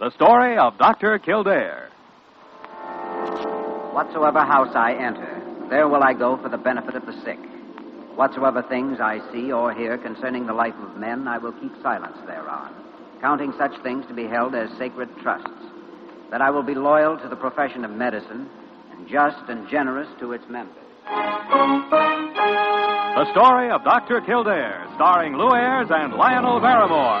The story of Dr. Kildare. Whatsoever house I enter, there will I go for the benefit of the sick. Whatsoever things I see or hear concerning the life of men, I will keep silence thereon, counting such things to be held as sacred trusts. That I will be loyal to the profession of medicine, and just and generous to its members. The story of Dr. Kildare, starring Lou Ayres and Lionel Barrymore.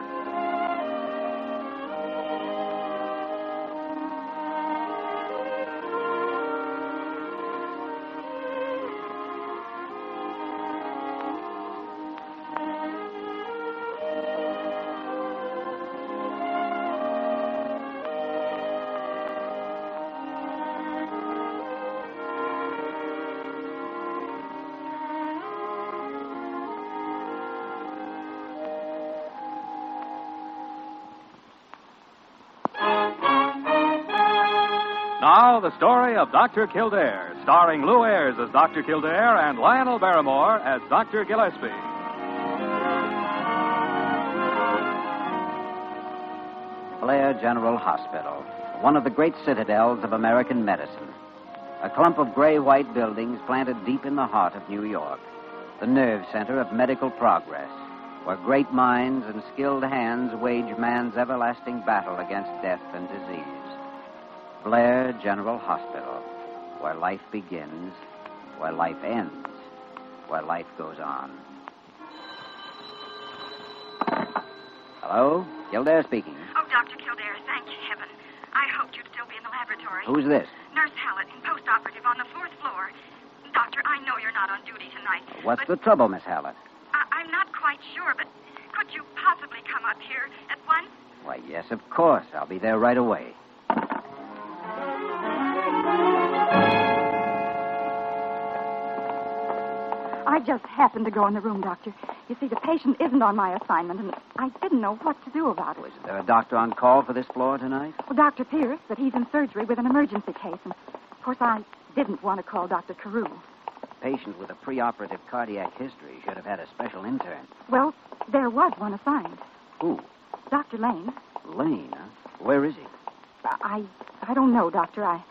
Now, the story of Dr. Kildare, starring Lou Ayres as Dr. Kildare and Lionel Barrymore as Dr. Gillespie. Blair General Hospital, one of the great citadels of American medicine. A clump of gray white buildings planted deep in the heart of New York, the nerve center of medical progress, where great minds and skilled hands wage man's everlasting battle against death and disease. Blair General Hospital, where life begins, where life ends, where life goes on. Hello? Kildare speaking. Oh, Dr. Kildare, thank heaven. I hoped you'd still be in the laboratory. Who's this? Nurse Hallett, post-operative on the fourth floor. Doctor, I know you're not on duty tonight. What's the but trouble, Miss Hallett? I- I'm not quite sure, but could you possibly come up here at once? Why, yes, of course. I'll be there right away. I just happened to go in the room, Doctor. You see, the patient isn't on my assignment, and I didn't know what to do about it. Was there a doctor on call for this floor tonight? Well, Dr. Pierce, but he's in surgery with an emergency case, and of course I didn't want to call Dr. Carew. Patient with a preoperative cardiac history should have had a special intern. Well, there was one assigned. Who? Dr. Lane. Lane, huh? Where is he? I I don't know, Doctor. I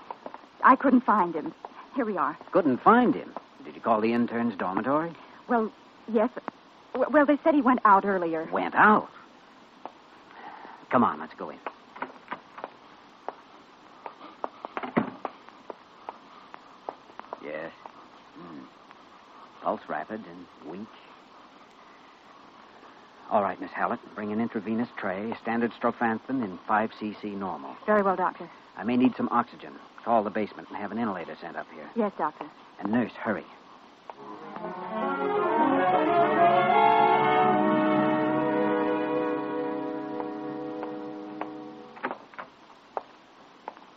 I couldn't find him. Here we are. Couldn't find him. Did you call the intern's dormitory? Well, yes. w- Well, they said he went out earlier. Went out. Come on, let's go in. Yes. Hmm. Pulse rapid and weak. All right, Miss Hallett, bring an intravenous tray, standard strophanthin in 5 cc normal. Very well, Doctor. I may need some oxygen. Call the basement and have an inhalator sent up here. Yes, Doctor. And nurse, hurry.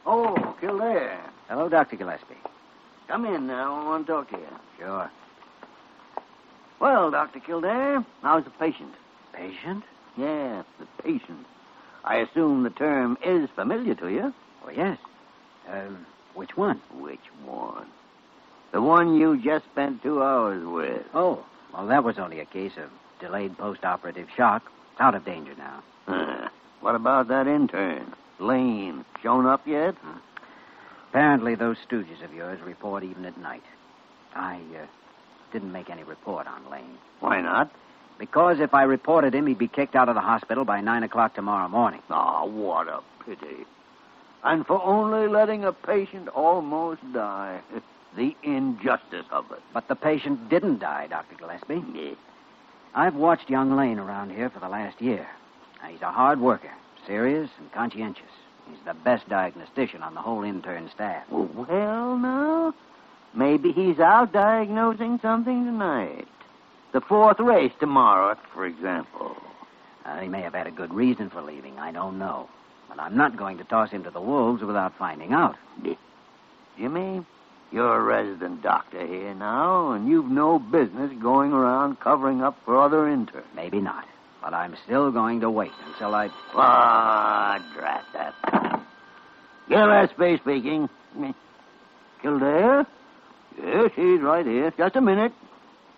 Oh, Kildare. Hello, Dr. Gillespie. Come in now. I want to talk to you. Sure. Well, Dr. Kildare, how's the patient? Patient? Yes, the patient. I assume the term is familiar to you. Oh, yes. Um, which one? Which one? The one you just spent two hours with. Oh, well, that was only a case of delayed post operative shock. It's out of danger now. Huh. What about that intern? Lane. Shown up yet? Apparently, those stooges of yours report even at night. I uh, didn't make any report on Lane. Why not? Because if I reported him, he'd be kicked out of the hospital by 9 o'clock tomorrow morning. Ah, what a pity. And for only letting a patient almost die. the injustice of it. But the patient didn't die, Dr. Gillespie. Yeah. I've watched young Lane around here for the last year. Now, he's a hard worker, serious and conscientious. He's the best diagnostician on the whole intern staff. Well, now, maybe he's out diagnosing something tonight. The fourth race tomorrow, for example. Uh, he may have had a good reason for leaving. I don't know. But I'm not going to toss him to the wolves without finding out. Jimmy, you're a resident doctor here now, and you've no business going around covering up for other interns. Maybe not. But I'm still going to wait until I. Ah, drat that. Gillespie speaking. Kildare? Yes, he's right here. Just a minute.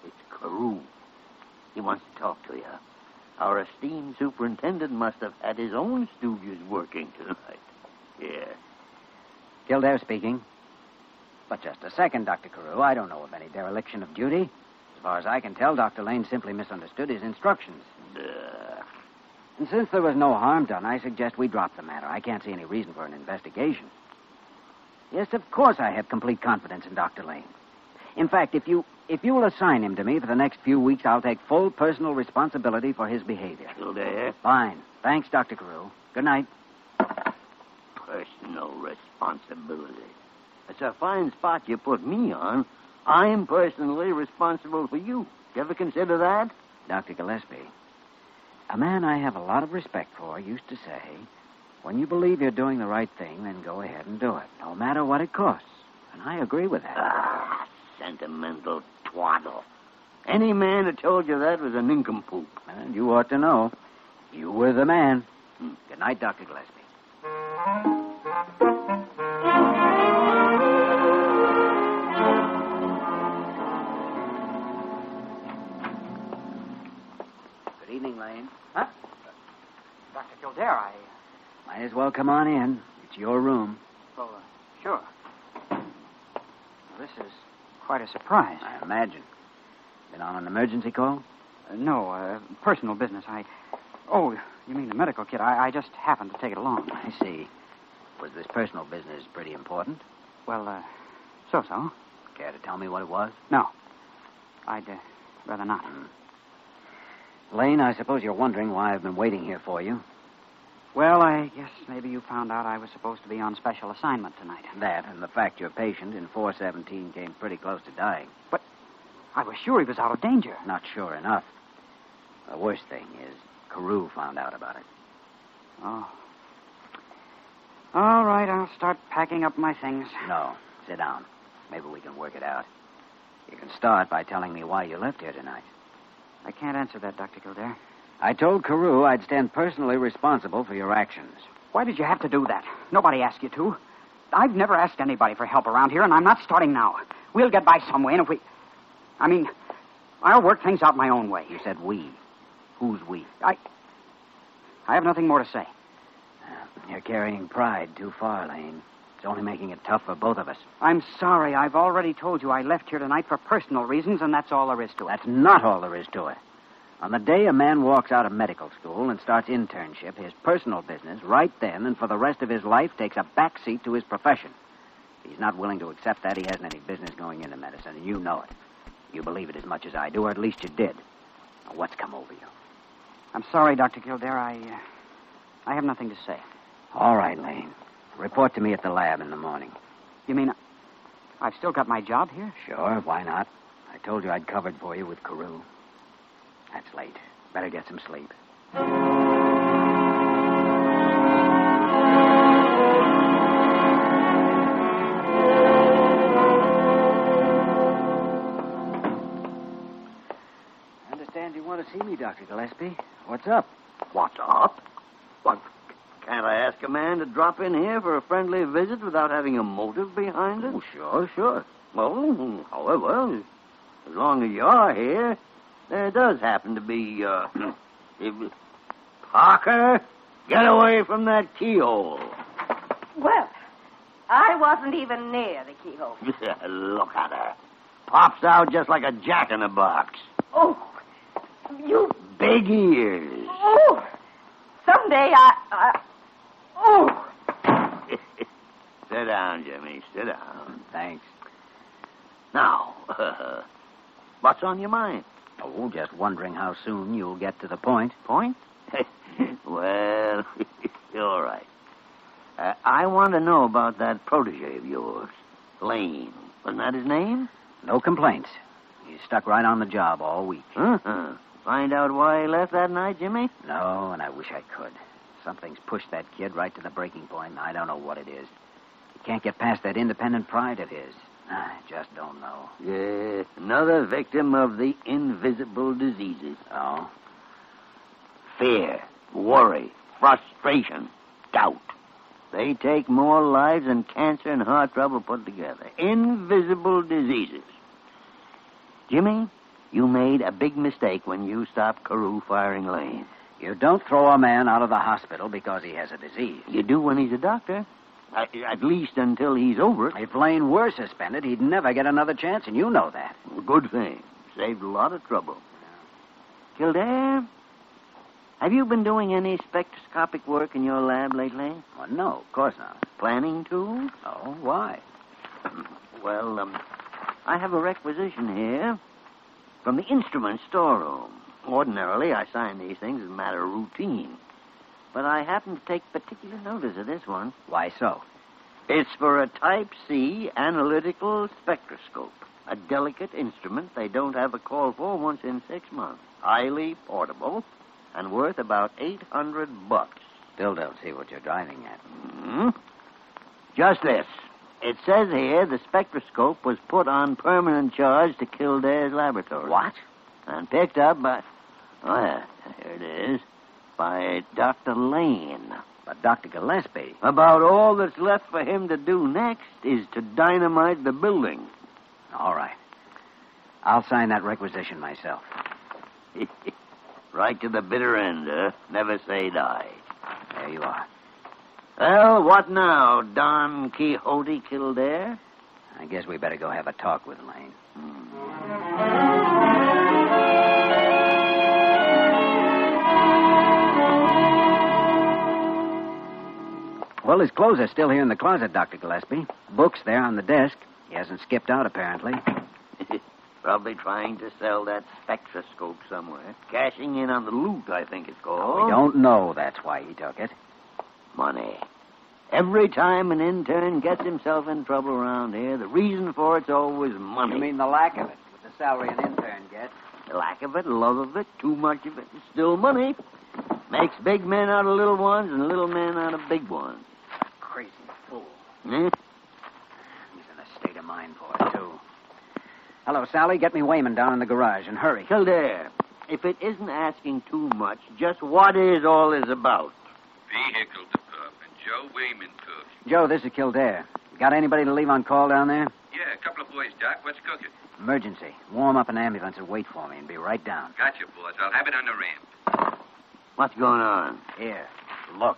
It's Carew. He wants to talk to you. Our esteemed superintendent must have had his own stooges working tonight. Yeah. Kildare speaking. But just a second, Dr. Carew. I don't know of any dereliction of duty. As far as I can tell, Dr. Lane simply misunderstood his instructions. Duh. And since there was no harm done, I suggest we drop the matter. I can't see any reason for an investigation. Yes, of course I have complete confidence in Dr. Lane. In fact, if you if you will assign him to me for the next few weeks, I'll take full personal responsibility for his behavior. Kildare? Fine. Thanks, Dr. Carew. Good night. Personal responsibility. It's a fine spot you put me on. I'm personally responsible for you. You ever consider that? Dr. Gillespie, a man I have a lot of respect for used to say, when you believe you're doing the right thing, then go ahead and do it, no matter what it costs. And I agree with that. Ah, sentimental twaddle. Any man who told you that was a nincompoop. And you ought to know. You were the man. Hmm. Good night, Dr. Gillespie. Good evening, Lane. Huh? Dr. Kildare, I. Might as well come on in. It's your room. Well, uh, sure. This is quite a surprise. I imagine. Been on an emergency call? Uh, no, uh, personal business. I. Oh, you mean the medical kit? I, I just happened to take it along. I see. Was this personal business pretty important? Well, uh, so so. Care to tell me what it was? Hmm. No. I'd uh, rather not. Lane, I suppose you're wondering why I've been waiting here for you. Well, I guess maybe you found out I was supposed to be on special assignment tonight. That and the fact your patient in 417 came pretty close to dying. I was sure he was out of danger. Not sure enough. The worst thing is, Carew found out about it. Oh. All right, I'll start packing up my things. No, sit down. Maybe we can work it out. You can start by telling me why you left here tonight. I can't answer that, Dr. Kildare. I told Carew I'd stand personally responsible for your actions. Why did you have to do that? Nobody asked you to. I've never asked anybody for help around here, and I'm not starting now. We'll get by some way, and if we. I mean, I'll work things out my own way. You said we. Who's we? I. I have nothing more to say. Uh, You're carrying pride too far, Lane. It's only making it tough for both of us. I'm sorry. I've already told you I left here tonight for personal reasons, and that's all there is to it. That's not all there is to it. On the day a man walks out of medical school and starts internship, his personal business, right then and for the rest of his life, takes a backseat to his profession. If he's not willing to accept that, he hasn't any business going into medicine, and you know it. You believe it as much as I do, or at least you did. Now, what's come over you? I'm sorry, Dr. Kildare. I. Uh, I have nothing to say. All right, Lane. Report to me at the lab in the morning. You mean I've still got my job here? Sure, why not? I told you I'd covered for you with Carew. That's late. Better get some sleep. I understand you want to see me, Dr. Gillespie. What's up? What's up? What? Can't I ask a man to drop in here for a friendly visit without having a motive behind it? Oh, sure, sure. Well, however, as long as you are here, there does happen to be, uh. if- Parker, get away from that keyhole. Well, I wasn't even near the keyhole. Look at her. Pops out just like a jack in a box. Oh, you. Big ears. Oh, someday I. I oh, Sit down, Jimmy. Sit down. Hmm, Thanks. Now, what's on your mind? Oh, just wondering how soon you'll get to the point. Point? well, all right. Uh, I want to know about that protege of yours, Lane. Wasn't that his name? No complaints. You stuck right on the job all week. Uh-huh. Find out why he left that night, Jimmy? No, and I wish I could. Something's pushed that kid right to the breaking point, and I don't know what it is. He can't get past that independent pride of his. I just don't know. Yeah, another victim of the invisible diseases. Oh, Fear, worry, frustration, doubt. They take more lives than cancer and heart trouble put together. Invisible diseases. Jimmy, you made a big mistake when you stopped Carew firing Lane. You don't throw a man out of the hospital because he has a disease. You do when he's a doctor. At, at least until he's over it. If Lane were suspended, he'd never get another chance, and you know that. Good thing. Saved a lot of trouble. Kildare, have you been doing any spectroscopic work in your lab lately? Well, no, of course not. Planning to? Oh, why? Well, um, I have a requisition here from the instrument storeroom. Ordinarily, I sign these things as a matter of routine. But I happen to take particular notice of this one. Why so? It's for a Type C analytical spectroscope, a delicate instrument they don't have a call for once in six months. Highly portable and worth about 800 bucks. Still don't see what you're driving at. Hmm? Just this. It says here the spectroscope was put on permanent charge to Kildare's laboratory. What? And picked up by. Oh, yeah, here it is. By Dr. Lane. But Dr. Gillespie, About all that's left for him to do next is to dynamite the building. all right. I'll sign that requisition myself. right to the bitter end, huh? Never say die. There you are. Well, what now, Don Quixote Kildare? I guess we better go have a talk with Lane. Hmm. Well, his clothes are still here in the closet, Dr. Gillespie. Book's there on the desk. He hasn't skipped out, apparently. Probably trying to sell that spectroscope somewhere. Cashing in on the loot, I think it's called. We don't know that's why he took it. Money. Every time an intern gets himself in trouble around here, the reason for it's always money. the lack of it, with the salary an intern gets? lack of it, love of it, too much of it, it's still money. Makes big men out of little ones and little men out of big ones. Crazy fool. Eh? He's in a state of mind for it, too. Hello, Sally. Get me Wayman down in the garage and hurry. Kildare, if it isn't asking too much, just what is all this about? Vehicle Department, Joe Wayman cooking. Joe, this is Kildare. Got anybody to leave on call down there? Yeah, a couple of boys, Doc. What's cooking? Emergency. Warm up an ambulance and wait for me and be right down. Gotcha, boys. I'll have it on the ramp. What's going on? Here. Look.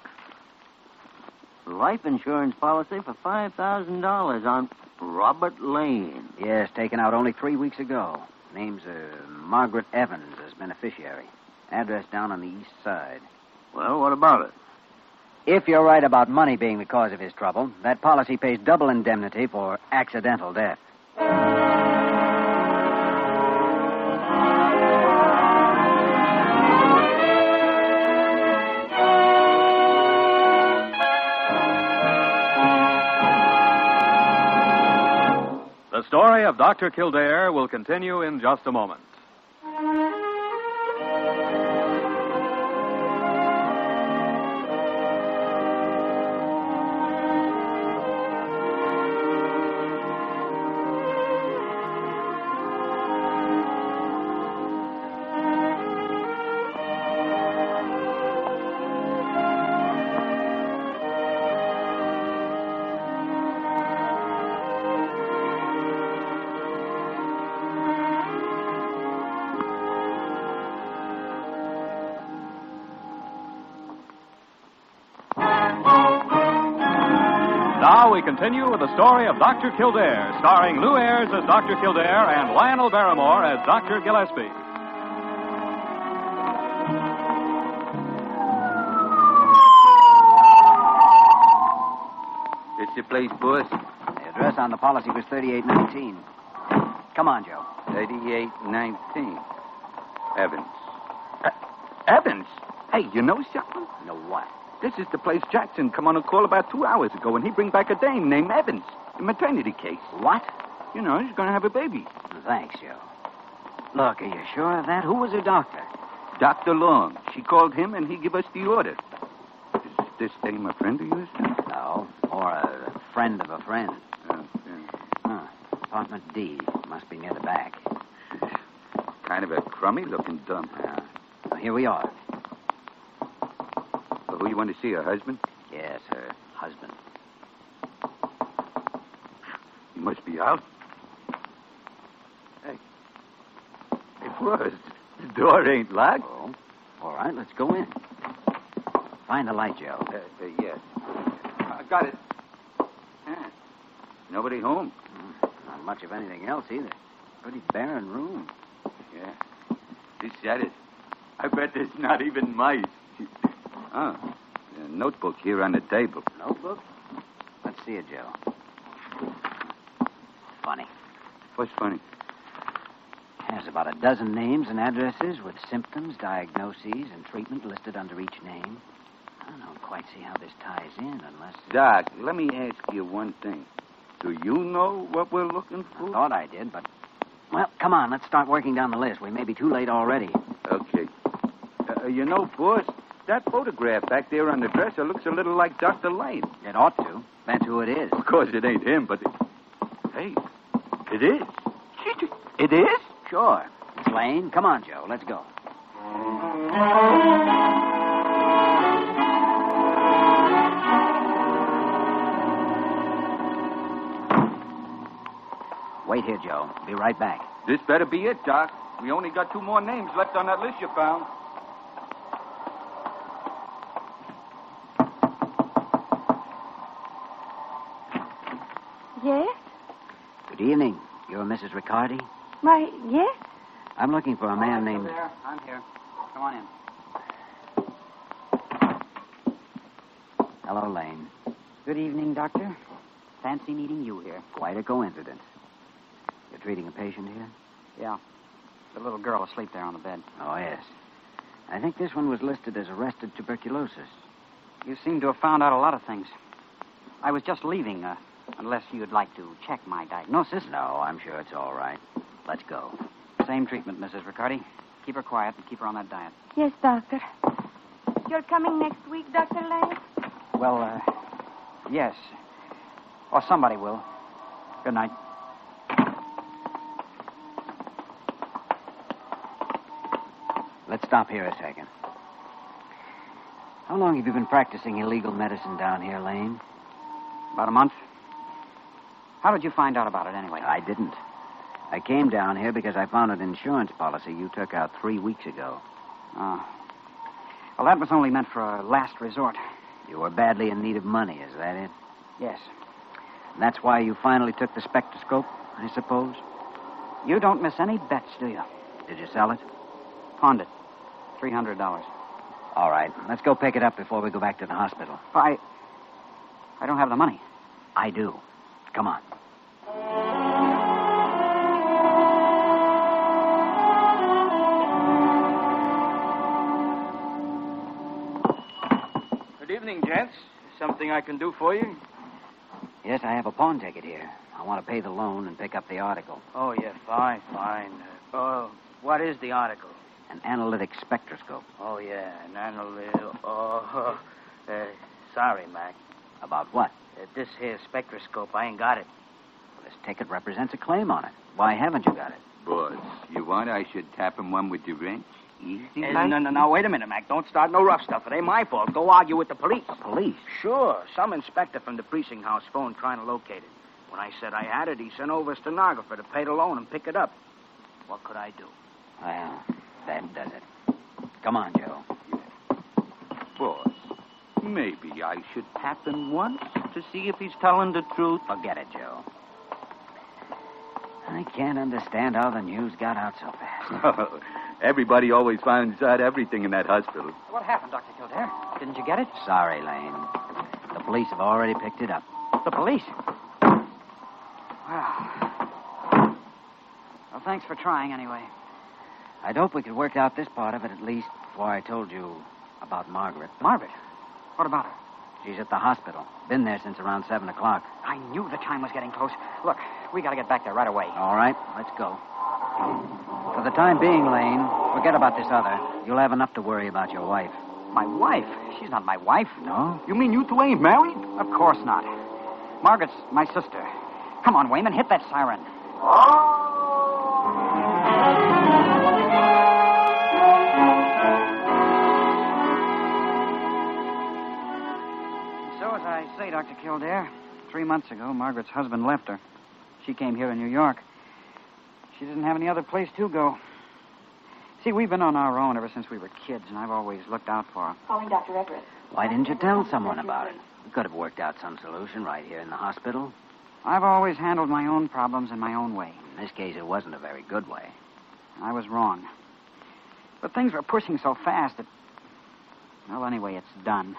Life insurance policy for $5,000 on Robert Lane. Yes, taken out only three weeks ago. Name's uh, Margaret Evans as beneficiary. Address down on the east side. Well, what about it? If you're right about money being the cause of his trouble, that policy pays double indemnity for accidental death. The story of Dr. Kildare will continue in just a moment. Now we continue with the story of Dr. Kildare, starring Lou Ayres as Dr. Kildare and Lionel Barrymore as Dr. Gillespie. It's your place, boss. The address on the policy was 3819. Come on, Joe. 3819. Evans. Uh, Evans? Hey, you know something? No what? This is the place Jackson come on a call about two hours ago, and he bring back a dame named Evans. A maternity case. What? You know, she's going to have a baby. Thanks, Joe. Look, are you sure of that? Who was her doctor? Dr. Long. She called him, and he give us the order. Is this dame a friend of yours? No, or a friend of a friend. Uh, Huh. Apartment D. Must be near the back. uh, kind of a crummy-looking dump. Well, here we are. Who you want to see, her husband? Yeah, Yes, her husband. He must be out. Hey. It was. The door ain't locked. Oh. All right, let's go in. Find the light, Joe. Uh, uh, yes. I got it. Yeah. Nobody home. Not much of anything else either. Pretty barren room. Yeah. He said it. I bet there's not even mice. Ah, a notebook here on the table. Notebook? Let's see it, Joe. Funny. What's funny? Has about a dozen names and addresses with symptoms, diagnoses, and treatment listed under each name. I don't quite see how this ties in unless. Doc, let me ask you one thing. Do you know what we're looking I for? thought I did, but. Well, come on, let's start working down the list. We may be too late already. Okay. Uh, you know, boss, that photograph back there on the dresser looks a little like Dr. Light. It ought to. That's who it is. Of course, it ain't him, but. Hey, it is. It is? Sure. It's Lane. Come on, Joe. Let's go. Wait here, Joe. Be right back. This better be it, Doc. We only got two more names left on that list you found. Yes? Good evening. You're Mrs. Riccardi? My, yes? I'm looking for a man Over named. There. I'm here. Come on in. Hello, Lane. Good evening, Doctor. Fancy meeting you here. Quite a coincidence. You're treating a patient here? Yeah. The little girl asleep there on the bed. Oh, yes. I think this one was listed as arrested tuberculosis. You seem to have found out a lot of things. I was just leaving, uh, unless you'd like to check my diagnosis. No, I'm sure it's all right. Let's go. Same treatment, Mrs. Riccardi. Keep her quiet and keep her on that diet. Yes, Doctor. You're coming next week, Dr. Lane? Well, uh, yes. Or somebody will. Good night. Let's stop here a second. How long have you been practicing illegal medicine down here, Lane? About a month. How did you find out about it anyway? I didn't. I came down here because I found an insurance policy you took out three weeks ago. Oh. Well, that was only meant for a last resort. You were badly in need of money, is that it? Yes. And that's why you finally took the spectroscope, I suppose? You don't miss any bets, do you? Did you sell it? Pawned it. Three hundred dollars. All right. Let's go pick it up before we go back to the hospital. I. I don't have the money. I do. Come on. Good evening, gents. Something I can do for you? Yes, I have a pawn ticket here. I want to pay the loan and pick up the article. Oh, yeah, fine, fine. Uh, oh, what is the article? An analytic spectroscope. Oh, yeah, an analytical. Oh, uh, sorry, Mac. About what? Uh, this here spectroscope, I ain't got it. This ticket represents a claim on it. Why haven't you got it? Boss, you want I should tap him one with the wrench? Easy, Uh, like? no, no, no, wait a minute, Mac. Don't start no rough stuff. It ain't my fault. Go argue with the police. The police. Sure, some inspector from the precinct house phoned trying to locate it. When I said I had it, he sent over a stenographer to pay the loan and pick it up. What could I do? Well, that does it. Come on, Joe. Boss, maybe I should tap him once to see if he's telling the truth. Forget it, Joe. I can't understand how the news got out so fast. Everybody always finds out everything in that hospital. What happened, Dr. Kildare? Didn't you get it? Sorry, Lane. The police have already picked it up. The police. Well. Well, thanks for trying anyway. I'd hope we could work out this part of it at least before I told you about Margaret. Margaret, what about her? She's at the hospital. Been there since around 7 o'clock. I knew the time was getting close. Look, we gotta get back there right away. All right, let's go. For the time being, Lane, forget about this other. You'll have enough to worry about your wife. My wife? She's not my wife. No? You mean you two ain't married? Of course not. Margaret's my sister. Come on, Wayman, hit that siren. So, as I say, Dr. Kildare, three months ago, Margaret's husband left her. She came here in New York. She didn't have any other place to go. See, we've been on our own ever since we were kids, and I've always looked out for her. Calling Dr. Everett. Why didn't you tell someone about it? We could have worked out some solution right here in the hospital. I've always handled my own problems in my own way. In this case, it wasn't a very good way. I was wrong. But things were pushing so fast that. Well, anyway, it's done.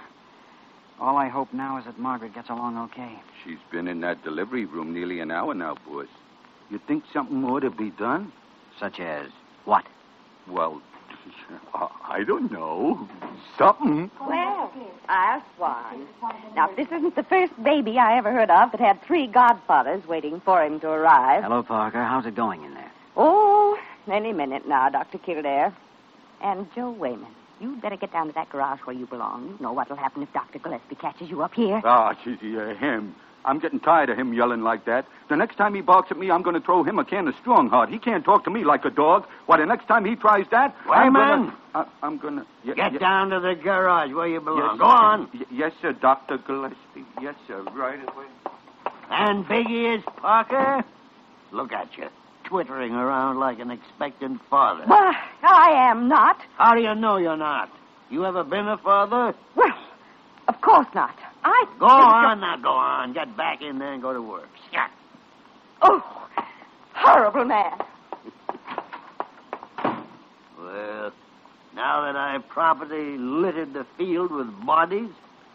All I hope now is that Margaret gets along okay. She's been in that delivery room nearly an hour now, boss. You think something ought to be done? Such as what? Well, I don't know. Something. Well, I'll swan. Now, this isn't the first baby I ever heard of that had three godfathers waiting for him to arrive. Hello, Parker. How's it going in there? Oh, any minute now, Dr. Kildare. And Joe Wayman, you'd better get down to that garage where you belong. You know what'll happen if Dr. Gillespie catches you up here. Ah, she's uh, him. I'm getting tired of him yelling like that. The next time he barks at me, I'm going to throw him a can of strong heart. He can't talk to me like a dog. Why, the next time he tries that, I'm Wayman! going to. I'm going to. Get down to the garage where you belong. Yes, Go on. Y- yes, sir, Dr. Gillespie. Yes, sir, right away. And big ears, Parker. Look at you, twittering around like an expectant father. Well, I am not. How do you know you're not? You ever been a father? Well, of course not. I. Go on now, go on. Get back in there and go to work. Shut. Oh, horrible man. Well, now that I've properly littered the field with bodies,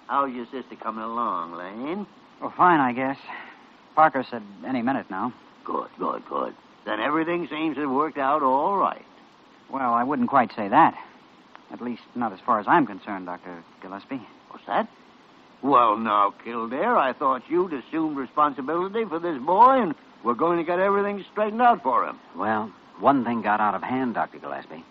how's your sister coming along, Lane? Well, fine, I guess. Parker said any minute now. Good, good, good. Then everything seems to have worked out all right. Well, I wouldn't quite say that. At least, not as far as I'm concerned, Dr. Gillespie. What's that? Well, now, Kildare, I thought you'd assumed responsibility for this boy, and we're going to get everything straightened out for him. Well, one thing got out of hand, Dr. Gillespie.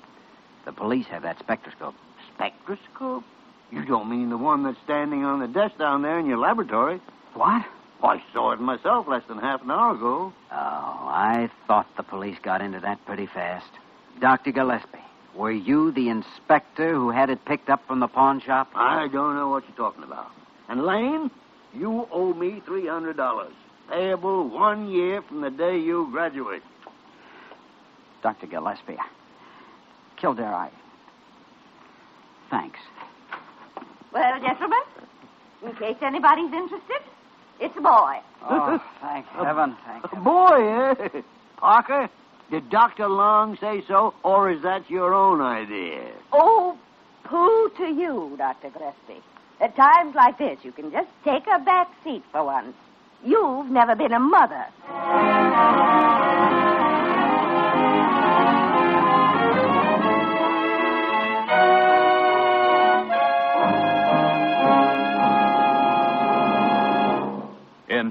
The police have that spectroscope. Spectroscope? You don't mean the one that's standing on the desk down there in your laboratory? What? I saw it myself less than half an hour ago. Oh, I thought the police got into that pretty fast. Dr. Gillespie, were you the inspector who had it picked up from the pawn shop? I don't know what you're talking about. And Lane, you owe me three hundred dollars, payable one year from the day you graduate. Dr. Gillespie. Kildare, I. Thanks. Well, gentlemen, in case anybody's interested, it's a boy. Oh, thank heaven, thank heaven. Boy, eh? Parker, did Doctor Long say so, or is that your own idea? Oh, pooh to you, Dr. Gillespie. At times like this, you can just take a back seat for once. You've never been a mother. In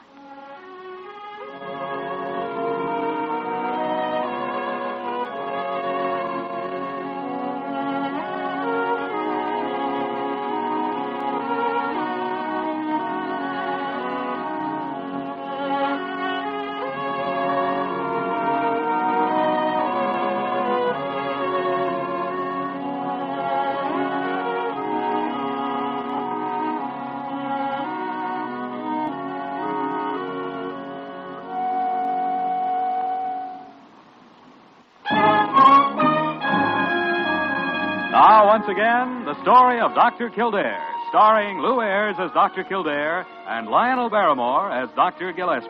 Now, once again, the story of Dr. Kildare, starring Lou Ayres as Dr. Kildare and Lionel Barrymore as Dr. Gillespie.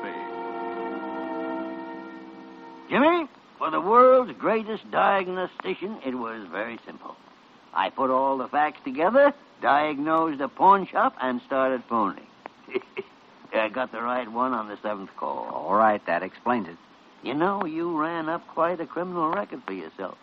Jimmy, for the world's greatest diagnostician, it was very simple. I put all the facts together, diagnosed a pawn shop, and started phoning. I got the right one on the seventh call. All right, that explains it. You know, you ran up quite a criminal record for yourself.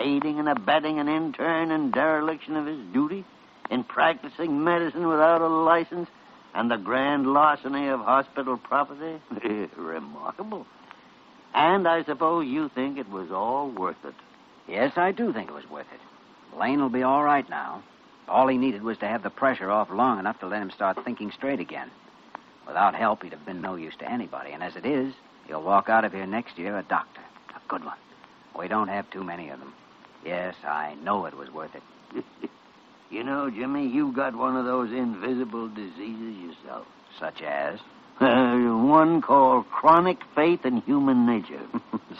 Aiding and abetting an intern in dereliction of his duty, in practicing medicine without a license, and the grand larceny of hospital property. Remarkable. And I suppose you think it was all worth it. Yes, I do think it was worth it. Lane will be all right now. All he needed was to have the pressure off long enough to let him start thinking straight again. Without help, he'd have been no use to anybody, and as it is, he'll walk out of here next year a doctor, a good one. We don't have too many of them. Yes, I know it was worth it. You know, Jimmy, you got one of those invisible diseases yourself. Such as? one called chronic faith in human nature.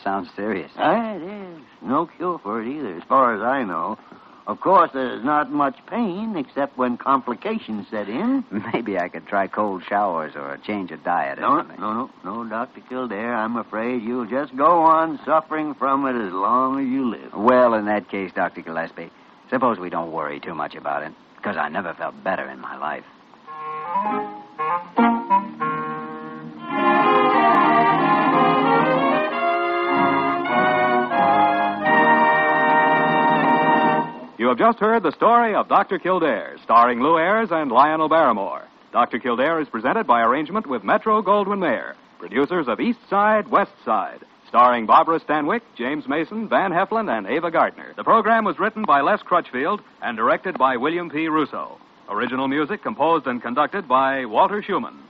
Sounds serious. Ah, it is. No cure for it either, as far as I know. Of course, there's not much pain except when complications set in. Maybe I could try cold showers or a change of diet or No, something. no, no, no, Dr. Kildare. I'm afraid you'll just go on suffering from it as long as you live. Well, in that case, Dr. Gillespie, suppose we don't worry too much about it, because I never felt better in my life. You have just heard the story of Dr. Kildare, starring Lou Ayres and Lionel Barrymore. Dr. Kildare is presented by arrangement with Metro Goldwyn Mayer, producers of East Side, West Side, starring Barbara Stanwyck, James Mason, Van Heflin, and Ava Gardner. The program was written by Les Crutchfield and directed by William P. Russo. Original music composed and conducted by Walter Schumann.